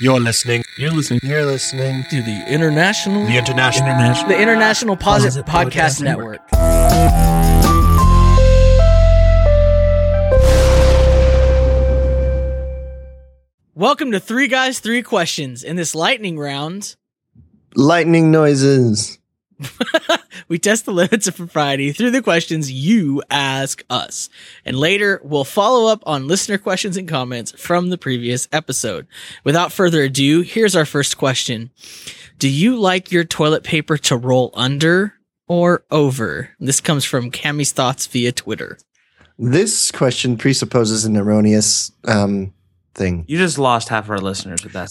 You're listening. You're listening You're listening. to the International The International. International The International Posit Posit Podcast Podcast Network. Welcome to Three Guys, Three Questions. In this lightning round, Lightning noises. we test the limits of propriety through the questions you ask us. And later, we'll follow up on listener questions and comments from the previous episode. Without further ado, here's our first question Do you like your toilet paper to roll under or over? This comes from Cammy's Thoughts via Twitter. This question presupposes an erroneous um, thing. You just lost half our listeners with that.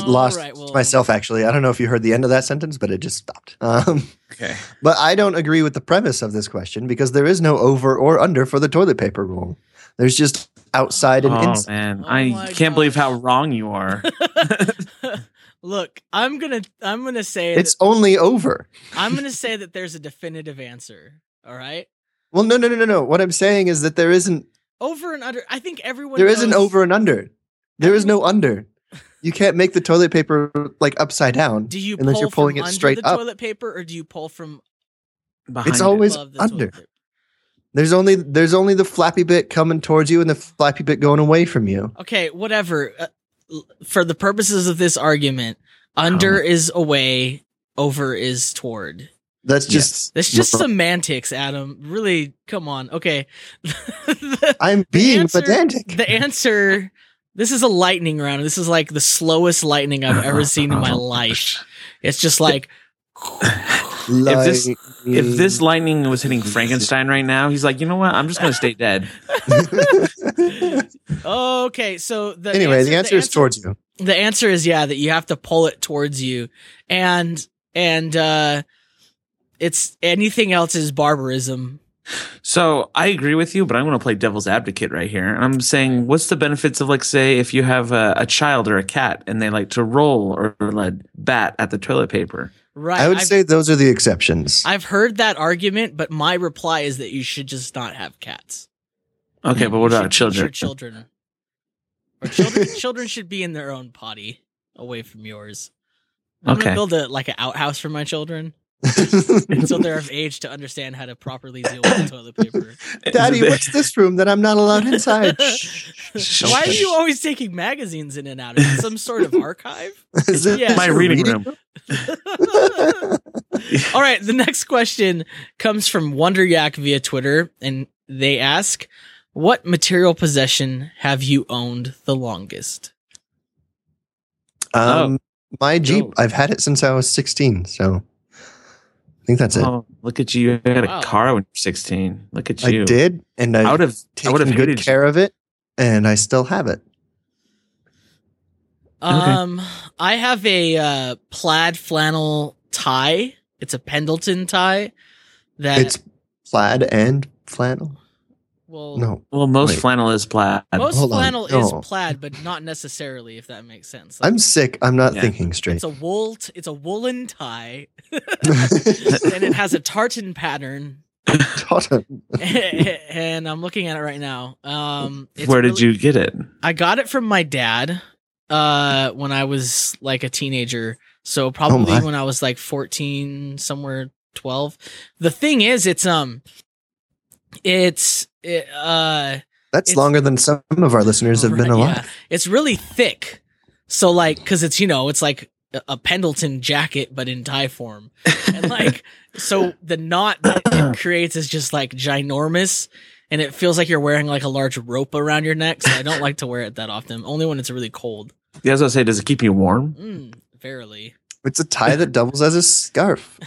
I All lost right, well- myself actually. I don't know if you heard the end of that sentence, but it just stopped. Um, okay. but I don't agree with the premise of this question because there is no over or under for the toilet paper rule. There's just outside and Oh inside. man, Oh I my can't believe how gosh. wrong you are. Look, I'm gonna I'm gonna say It's only over. that, I'm gonna say that there's a definitive answer. All right, Well, no, no, no, no, no. What I'm saying is that there isn't. over and under. I think everyone There isn't knows- over and under. There is no under. You can't make the toilet paper like upside down. Do you unless pull you're pulling from it under straight the up. toilet paper, or do you pull from Behind It's it. always above the under. toilet paper? There's only there's only the flappy bit coming towards you and the flappy bit going away from you. Okay, whatever. Uh, l- for the purposes of this argument, under Um, is away, over is toward. That's just That's just semantics, Adam. Really, come on. Okay, the, I'm being answer- pedantic. the answer. This is a lightning round. This is like the slowest lightning I've ever seen in my life. It's just like If this- If this Lightning. lightning was hitting Frankenstein right now, he's like, you know what? I'm just gonna stay dead. okay. So the anyway, the answer is towards. towards you. the answer is yeah that you have to pull it towards you and and uh it's anything else is barbarism So I agree with you, but I'm gonna play devil's advocate right here. And I'm saying, what's the benefits of like, say, if you have a, a child or a cat and they like to roll or, or like bat at the toilet paper? right I would have say those are the exceptions. I've heard that argument but my reply is that you should just not have cats Okay, but what You about should teach your children? children or children children should be in their own potty away from yours I'm Okay. gonna build a like an outhouse for my children so they're of age to understand how to properly deal with toilet paper Daddy, what's this room that I'm not allowed inside? Why are you always taking magazines in and out? Is it some sort of archive? Is it Yeah. my your reading room? All right, the next question comes from Wonder Yak via Twitter, and they ask, "What material possession have you owned the longest?" Oh. Um, My Jeep. Dope. I've had it since I was 16, so I think that's it. Oh, look at you! You had a Wow. car when you're 16. Look at you. I did, and I I would have. I would have taken good hated you. care of it, and I still have it. Um, I have a uh, plaid flannel tie. It's a Pendleton tie. That It's plaid and flannel. well, No, Well, most Wait. flannel is plaid. most Hold on, flannel is no. plaid, but not necessarily. If that makes sense, I'm sick. I'm not Yeah. thinking straight. it's a wool. T- it's a woolen tie, and it has a tartan pattern Totem. and I'm looking at it right now. Um, it's Where did really- you get it? I got it from my dad uh, when I was like a teenager. So probably my. when I was like 14, somewhere 12. The thing is, it's um, it's it, uh, That's It's- longer than some of our listeners have been Right, alive. it's really thick. So like, because it's you know, it's like a- a Pendleton jacket but in tie form, and like, so the knot that it creates is just like ginormous, and it feels like you're wearing like a large rope around your neck. So I don't like to wear it that often, only when it's really cold. Yeah, I was gonna say, does it keep you warm? Mm, verily, It's a tie that doubles as a scarf.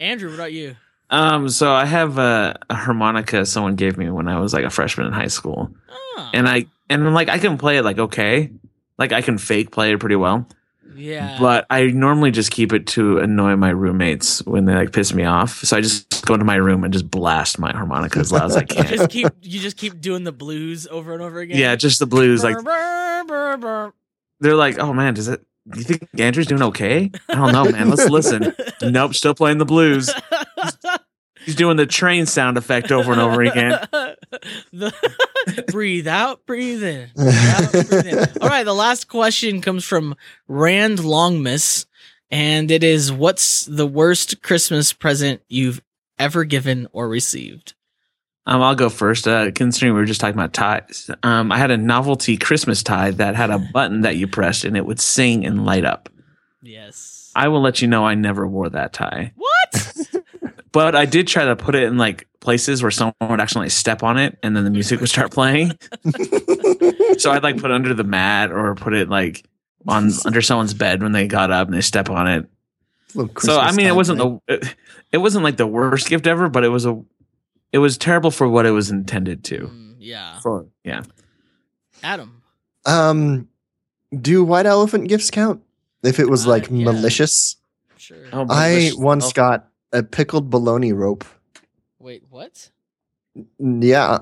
Andrew, what about you? Um, so I have a, a harmonica someone gave me when I was like a freshman in high school, Ah, and I and I'm like I can play it like okay, like I can fake play it pretty well, yeah, but I normally just keep it to annoy my roommates when they like piss me off. So I just go into my room and just blast my harmonica as loud as I can. just keep you just keep doing the blues over and over again. yeah, just the blues like. like. they're like, "Oh man, does it? You think Andrew's doing okay? I don't know, man. Let's listen." nope, still playing the blues. He's doing the train sound effect over and over again. The- breathe out, breathe in. Breathe out, breathe in. All right, the last question comes from Rand Longmas, and it is what's the worst Christmas present you've ever given or received? Um, I'll go first. Uh, considering we were just talking about ties, um, I had a novelty Christmas tie that had a button that you pressed and it would sing and light up. Yes. I will let you know I never wore that tie, what? but I did try to put it in like places where someone would accidentally step on it and then the music would start playing. so I'd like put it under the mat or put it like on under someone's bed when they got up and they step on it. Little so I Christmas mean, it time wasn't thing. the it, it wasn't like the worst gift ever, but it was a it was terrible for what it was intended to. Mm, yeah. For yeah, Adam. Um, do white elephant gifts count? If it was Uh, like yeah. malicious, Sure. Oh, I malicious. once got a pickled bologna rope. Wait, what? Yeah,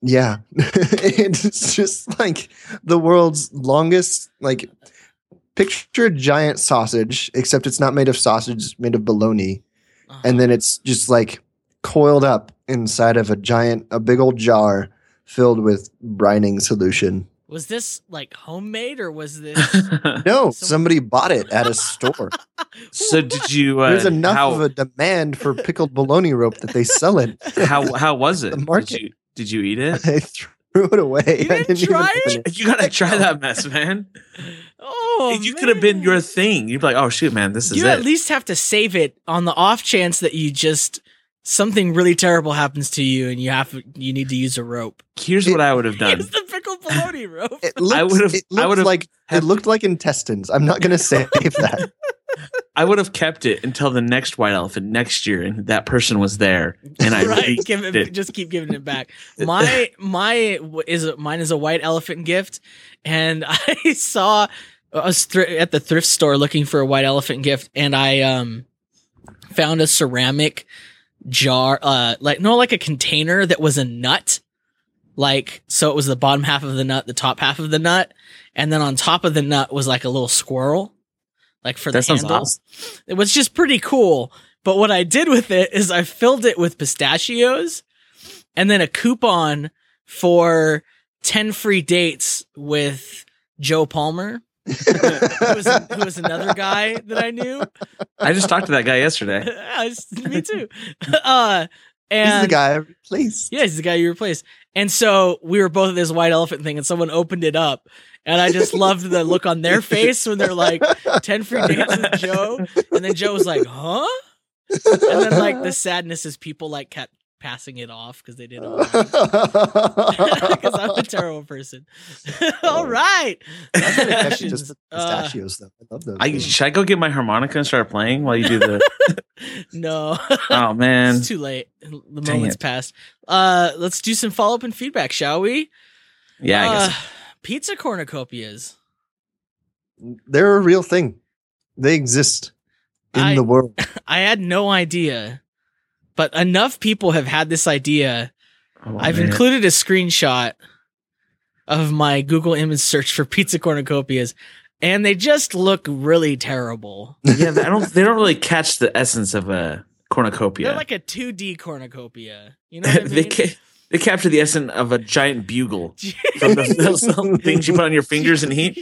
yeah. it's just like the world's longest. Like, picture a giant sausage, except it's not made of sausage; it's made of bologna, Uh-huh. and then it's just like coiled up inside of a giant, a big old jar filled with brining solution. was this like homemade or was this? No, Some- somebody bought it at a store. so did you? Uh, There's enough how, of a demand for pickled bologna rope that they sell it. how how was it? the market. Did you, did you eat it? I threw it away. I didn't even try open You gotta try that mess, man. oh, you could have been man. your thing. You'd be like, oh shoot, man, this is you it. at least have to save it on the off chance that you just something really terrible happens to you and you have you need to use a rope. Here's what I would have done. Use the pickled bologna rope. It looked, I would've- it I looked would've like had- it looked like intestines. I'm not gonna save that. I would have kept it until the next white elephant next year, and that person was there, and I right, really give it, did. just keep giving it back. My my w- is a- mine is a white elephant gift, and I saw I was thr- at the thrift store looking for a white elephant gift, and I um found a ceramic jar, uh, like no, like a container that was a nut, like so it was the bottom half of the nut, the top half of the nut, and then on top of the nut was like a little squirrel, like for That the sounds handle. awesome. It was just pretty cool. But what I did with it is I filled it with pistachios and then a coupon for 10 free dates with Joe Palmer, who was, who was another guy that I knew. I just talked to that guy yesterday. I was- Me too. Uh, and He's the guy I replaced. Yeah, he's the guy you replaced. And so we were both at this white elephant thing, and someone opened it up, and I just loved the look on their face when they're like, 10 free dates with Joe. And then Joe was like, huh? and then like the sadness is people like kept passing it off because they didn't because I'm a terrible person. All right, That's the questions. just the Uh, pistachios though. I love those. I should I go get my harmonica and start playing while you do the no, oh man. it's too late. The Dang moment's it. passed. Uh, let's do some follow up and feedback, shall we? Yeah, I guess. Uh, pizza cornucopias. Mm, They're a real thing. They exist in I- the world. I had no idea, but enough people have had this idea. Oh, I've man. included a screenshot of my Google image search for pizza cornucopias, and they just look really terrible. Yeah, I don't they don't really catch the essence of a cornucopia. They're like a 2D cornucopia. You know what I mean? they ca- they capture the essence of a giant bugle from those, those little things you put on your fingers and heat.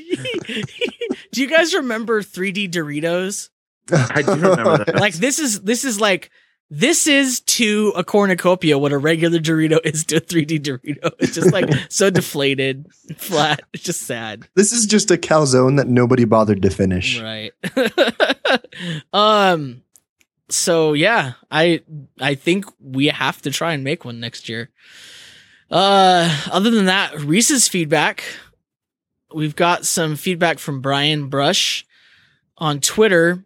Do you guys remember 3D Doritos? I do remember that. Like this is this is like this is to a cornucopia what a regular Dorito is to a 3D Dorito. It's just like so deflated, flat. It's just sad. This is just a calzone that nobody bothered to finish. Right. um so yeah, I I think we have to try and make one next year. Uh other than that, Reese's feedback. We've got some feedback from Brian Brush on Twitter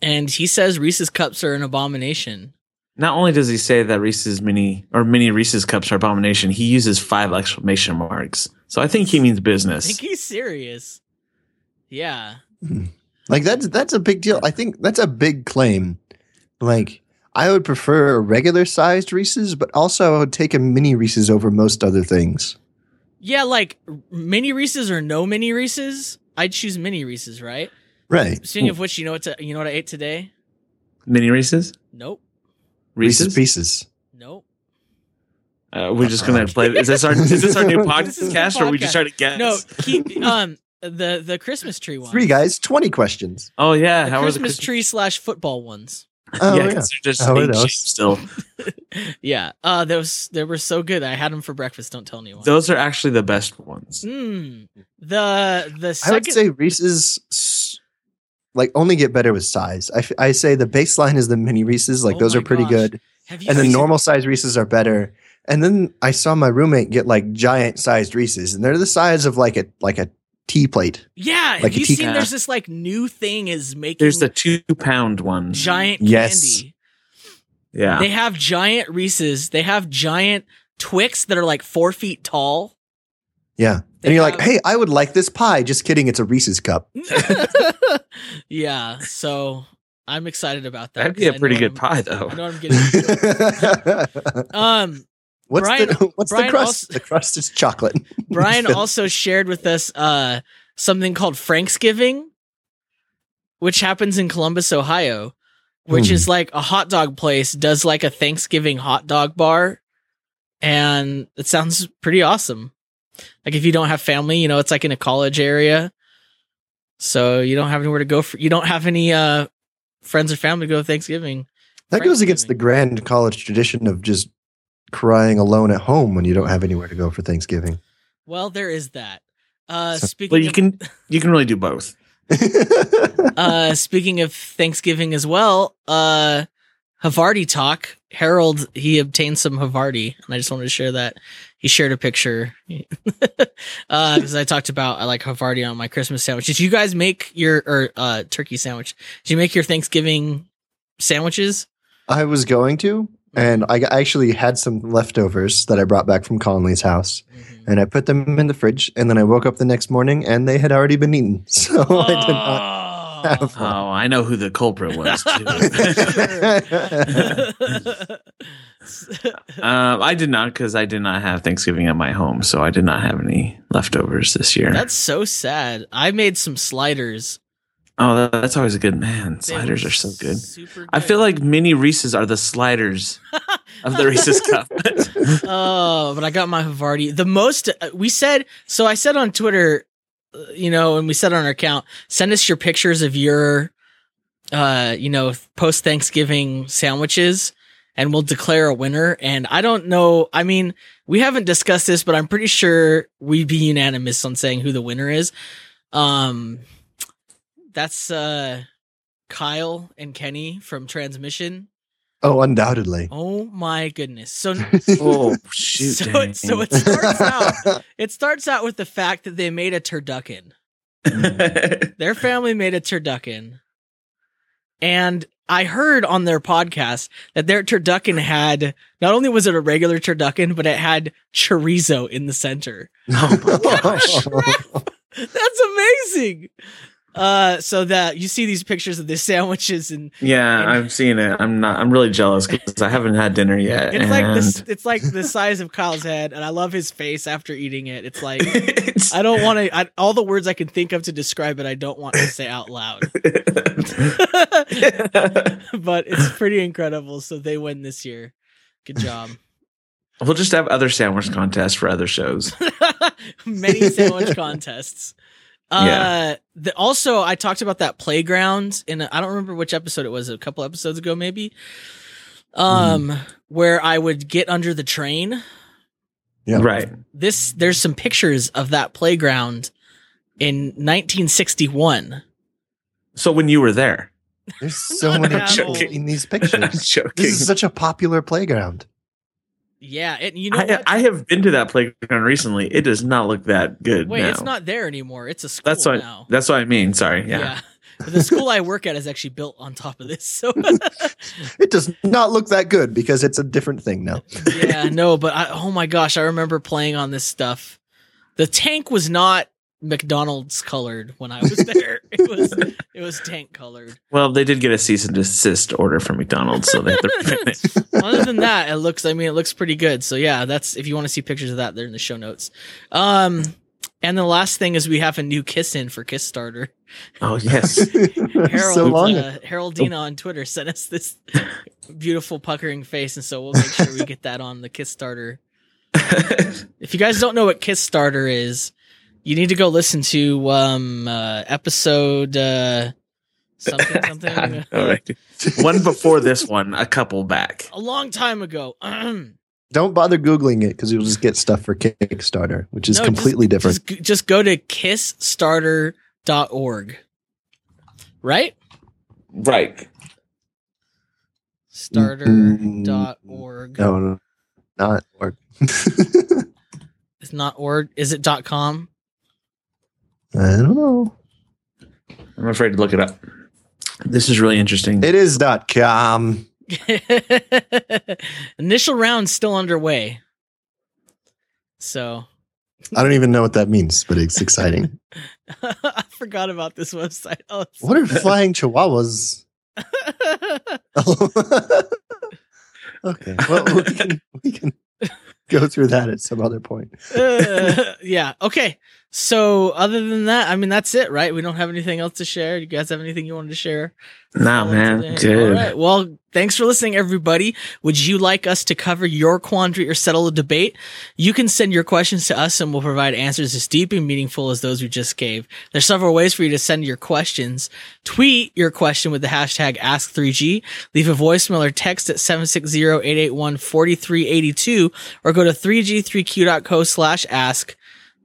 and he says Reese's cups are an abomination. Not only does he say that Reese's mini or mini Reese's cups are abomination, he uses five exclamation marks. So I think he means I business. think he's serious. Yeah. Like that's that's a big deal. I think that's a big claim. Like I would prefer a regular sized Reese's, but also I would take a mini Reese's over most other things. Yeah, like mini Reese's or no mini Reese's? I'd choose mini Reese's, right? Right. Speaking of which, you know what to, you know what I ate today? Mini Reese's? Nope. Reese's, Reese's. Pieces. Nope. Uh, we're just gonna play. Is this our is this our new This is the podcast, or we just podcast. try to guess? No, keep um the the Christmas tree one. Three guys, twenty questions. Oh yeah, The how was the Christmas tree slash football ones. Oh yeah, yeah. 'cause they're just How are ape those? shaped still. Yeah. Uh, those they were so good. I had them for breakfast. Don't tell anyone. Those are actually the best ones. Mm. the the I would second say Reese's s- like only get better with size. I, f- I say the baseline is the mini Reese's, like Oh those my are pretty gosh. good, have you and the seen- normal size Reese's are better. And then I saw my roommate get like giant sized Reese's, and they're the size of like a like a tea plate. Yeah, have like a you seen teacup. there's this like new thing is making There's the two pound one. giant Yes. candy. Yeah, They have giant Reese's. They have giant Twix that are like four feet tall. Yeah, They and you're have- like, hey, I would like this pie. Just kidding, it's a Reese's cup. yeah, so I'm excited about that. that'd be a 'cause I pretty know good I'm- pie though. I know I'm getting. what's Um, Brian- the what's Brian the crust? also- the crust is chocolate. Brian also shared with us uh something called Franksgiving, which happens in Columbus, Ohio, which Hmm. is like a hot dog place does like a Thanksgiving hot dog bar, and it sounds pretty awesome. Like if you don't have family, you know, it's like in a college area, so you don't have anywhere to go for. You don't have any uh friends or family to go to Thanksgiving. That goes against the Thanksgiving. grand college tradition of just crying alone at home when you don't have anywhere to go for Thanksgiving. Well, there is that. Uh, So- speaking But you of- can you can really do both. uh speaking of Thanksgiving as well, uh Havarti talk. Harold he obtained some Havarti, and I just wanted to share that. He shared a picture. uh because I talked about I like Havarti on my Christmas sandwich. Did you guys make your or uh turkey sandwich? Did you make your Thanksgiving sandwiches? I was going to, and I actually had some leftovers that I brought back from Conley's house, and I put them in the fridge. And then I woke up the next morning, and they had already been eaten, so I did not have Oh, one. I know who the culprit was. Oh. Too. um, I did not because I did not have Thanksgiving at my home, so I did not have any leftovers this year. That's so sad. I made some sliders. oh, that- that's always a good man. They Sliders were are so good. super I feel like mini Reese's are the sliders of the Reese's cup. oh, but I got my Havarti. The most uh, we said. So I said on Twitter, uh, you know, and we said on our account, send us your pictures of your, uh, you know, post Thanksgiving sandwiches, and we'll declare a winner. And I don't know. I mean, we haven't discussed this, but I'm pretty sure we'd be unanimous on saying who the winner is. Um, that's uh, Kyle and Kenny from Transmission. Oh, undoubtedly. Oh my goodness! So oh shoot! so, dang. it, so it starts out. It starts out with the fact that they made a turducken. Their family made a turducken, and I heard on their podcast that their turducken had not only was it a regular turducken, but it had chorizo in the center. oh my gosh! That's amazing. Uh, so that you see these pictures of the sandwiches, and Yeah, I'm seeing it. I'm not. I'm really jealous because I haven't had dinner yet. it's like this. and- It's like the size of Kyle's head, and I love his face after eating it. It's like. I don't want to. All the words I can think of to describe it, I don't want to say out loud. but it's pretty incredible. So they win this year. Good job. we'll just have other sandwich contests for other shows. Many sandwich contests. Uh, the, also, I talked about that playground, and I don't remember which episode it was. A couple episodes ago, maybe. Um, where I would get under the train. Yeah. Right. this there's some pictures of that playground in 1961. So when you were there, There's so many I'm people joking. in these I'm pictures. joking. This is such a popular playground. Yeah, and you know I, what? I have been to that playground recently. It does not look that good. Wait, now. it's not there anymore. It's a school That's what. now. That's what I mean. Sorry. Yeah. But the school I work at is actually built on top of this. So It does not look that good because it's a different thing now. yeah, no, but I, oh my gosh, I remember playing on this stuff. The tank was not McDonald's colored when I was there. it was it was tank colored. Well, they did get a cease and desist order from McDonald's, so they had to print it. Other than that, it looks I mean it looks pretty good. So yeah, that's if you want to see pictures of that, they're in the show notes. Um And the last thing is we have a new kiss in for Kiss Starter. Oh yes. Harold, so long. uh, Haroldina on Twitter sent us this beautiful puckering face, and so we'll make sure we get that on the Kiss Starter. If you guys don't know what Kiss Starter is, you need to go listen to um uh, episode uh, something something All right. One before this one, a couple back. a long time ago. Don't bother Googling it because you'll just get stuff for Kickstarter, which is No, just- completely different. just, g- just go to kissstarter.org. Right? Right. Mm-hmm. Mm, Starter.org. no, no, not or It's not org. Is it dot com? I don't know. I'm afraid to look it up. This is really interesting. It is dot com. Initial round still underway. So I don't even know what that means, but it's exciting. I forgot about this website. Oh, it's- what are flying chihuahuas? okay. Well, we can, we can go through that at some other point. Uh, yeah. Okay. So other than that, I mean that's it, right? We don't have anything else to share. You guys have anything you wanted to share? no, man. Today? Dude. All right. Well, thanks for listening, everybody. Would you like us to cover your quandary or settle a debate? You can send your questions to us and we'll provide answers as deep and meaningful as those we just gave. There's several ways for you to send your questions. Tweet your question with the hashtag Ask3G. Leave a voicemail or text at 760-881-4382 or go to 3g3q.co slash ask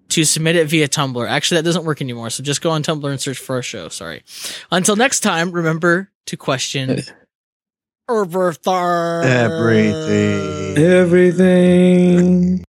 to submit it via Tumblr. Actually, that doesn't work anymore. So just go on Tumblr and search for our show. Sorry. Until next time, remember to question everything. Everything. Everything.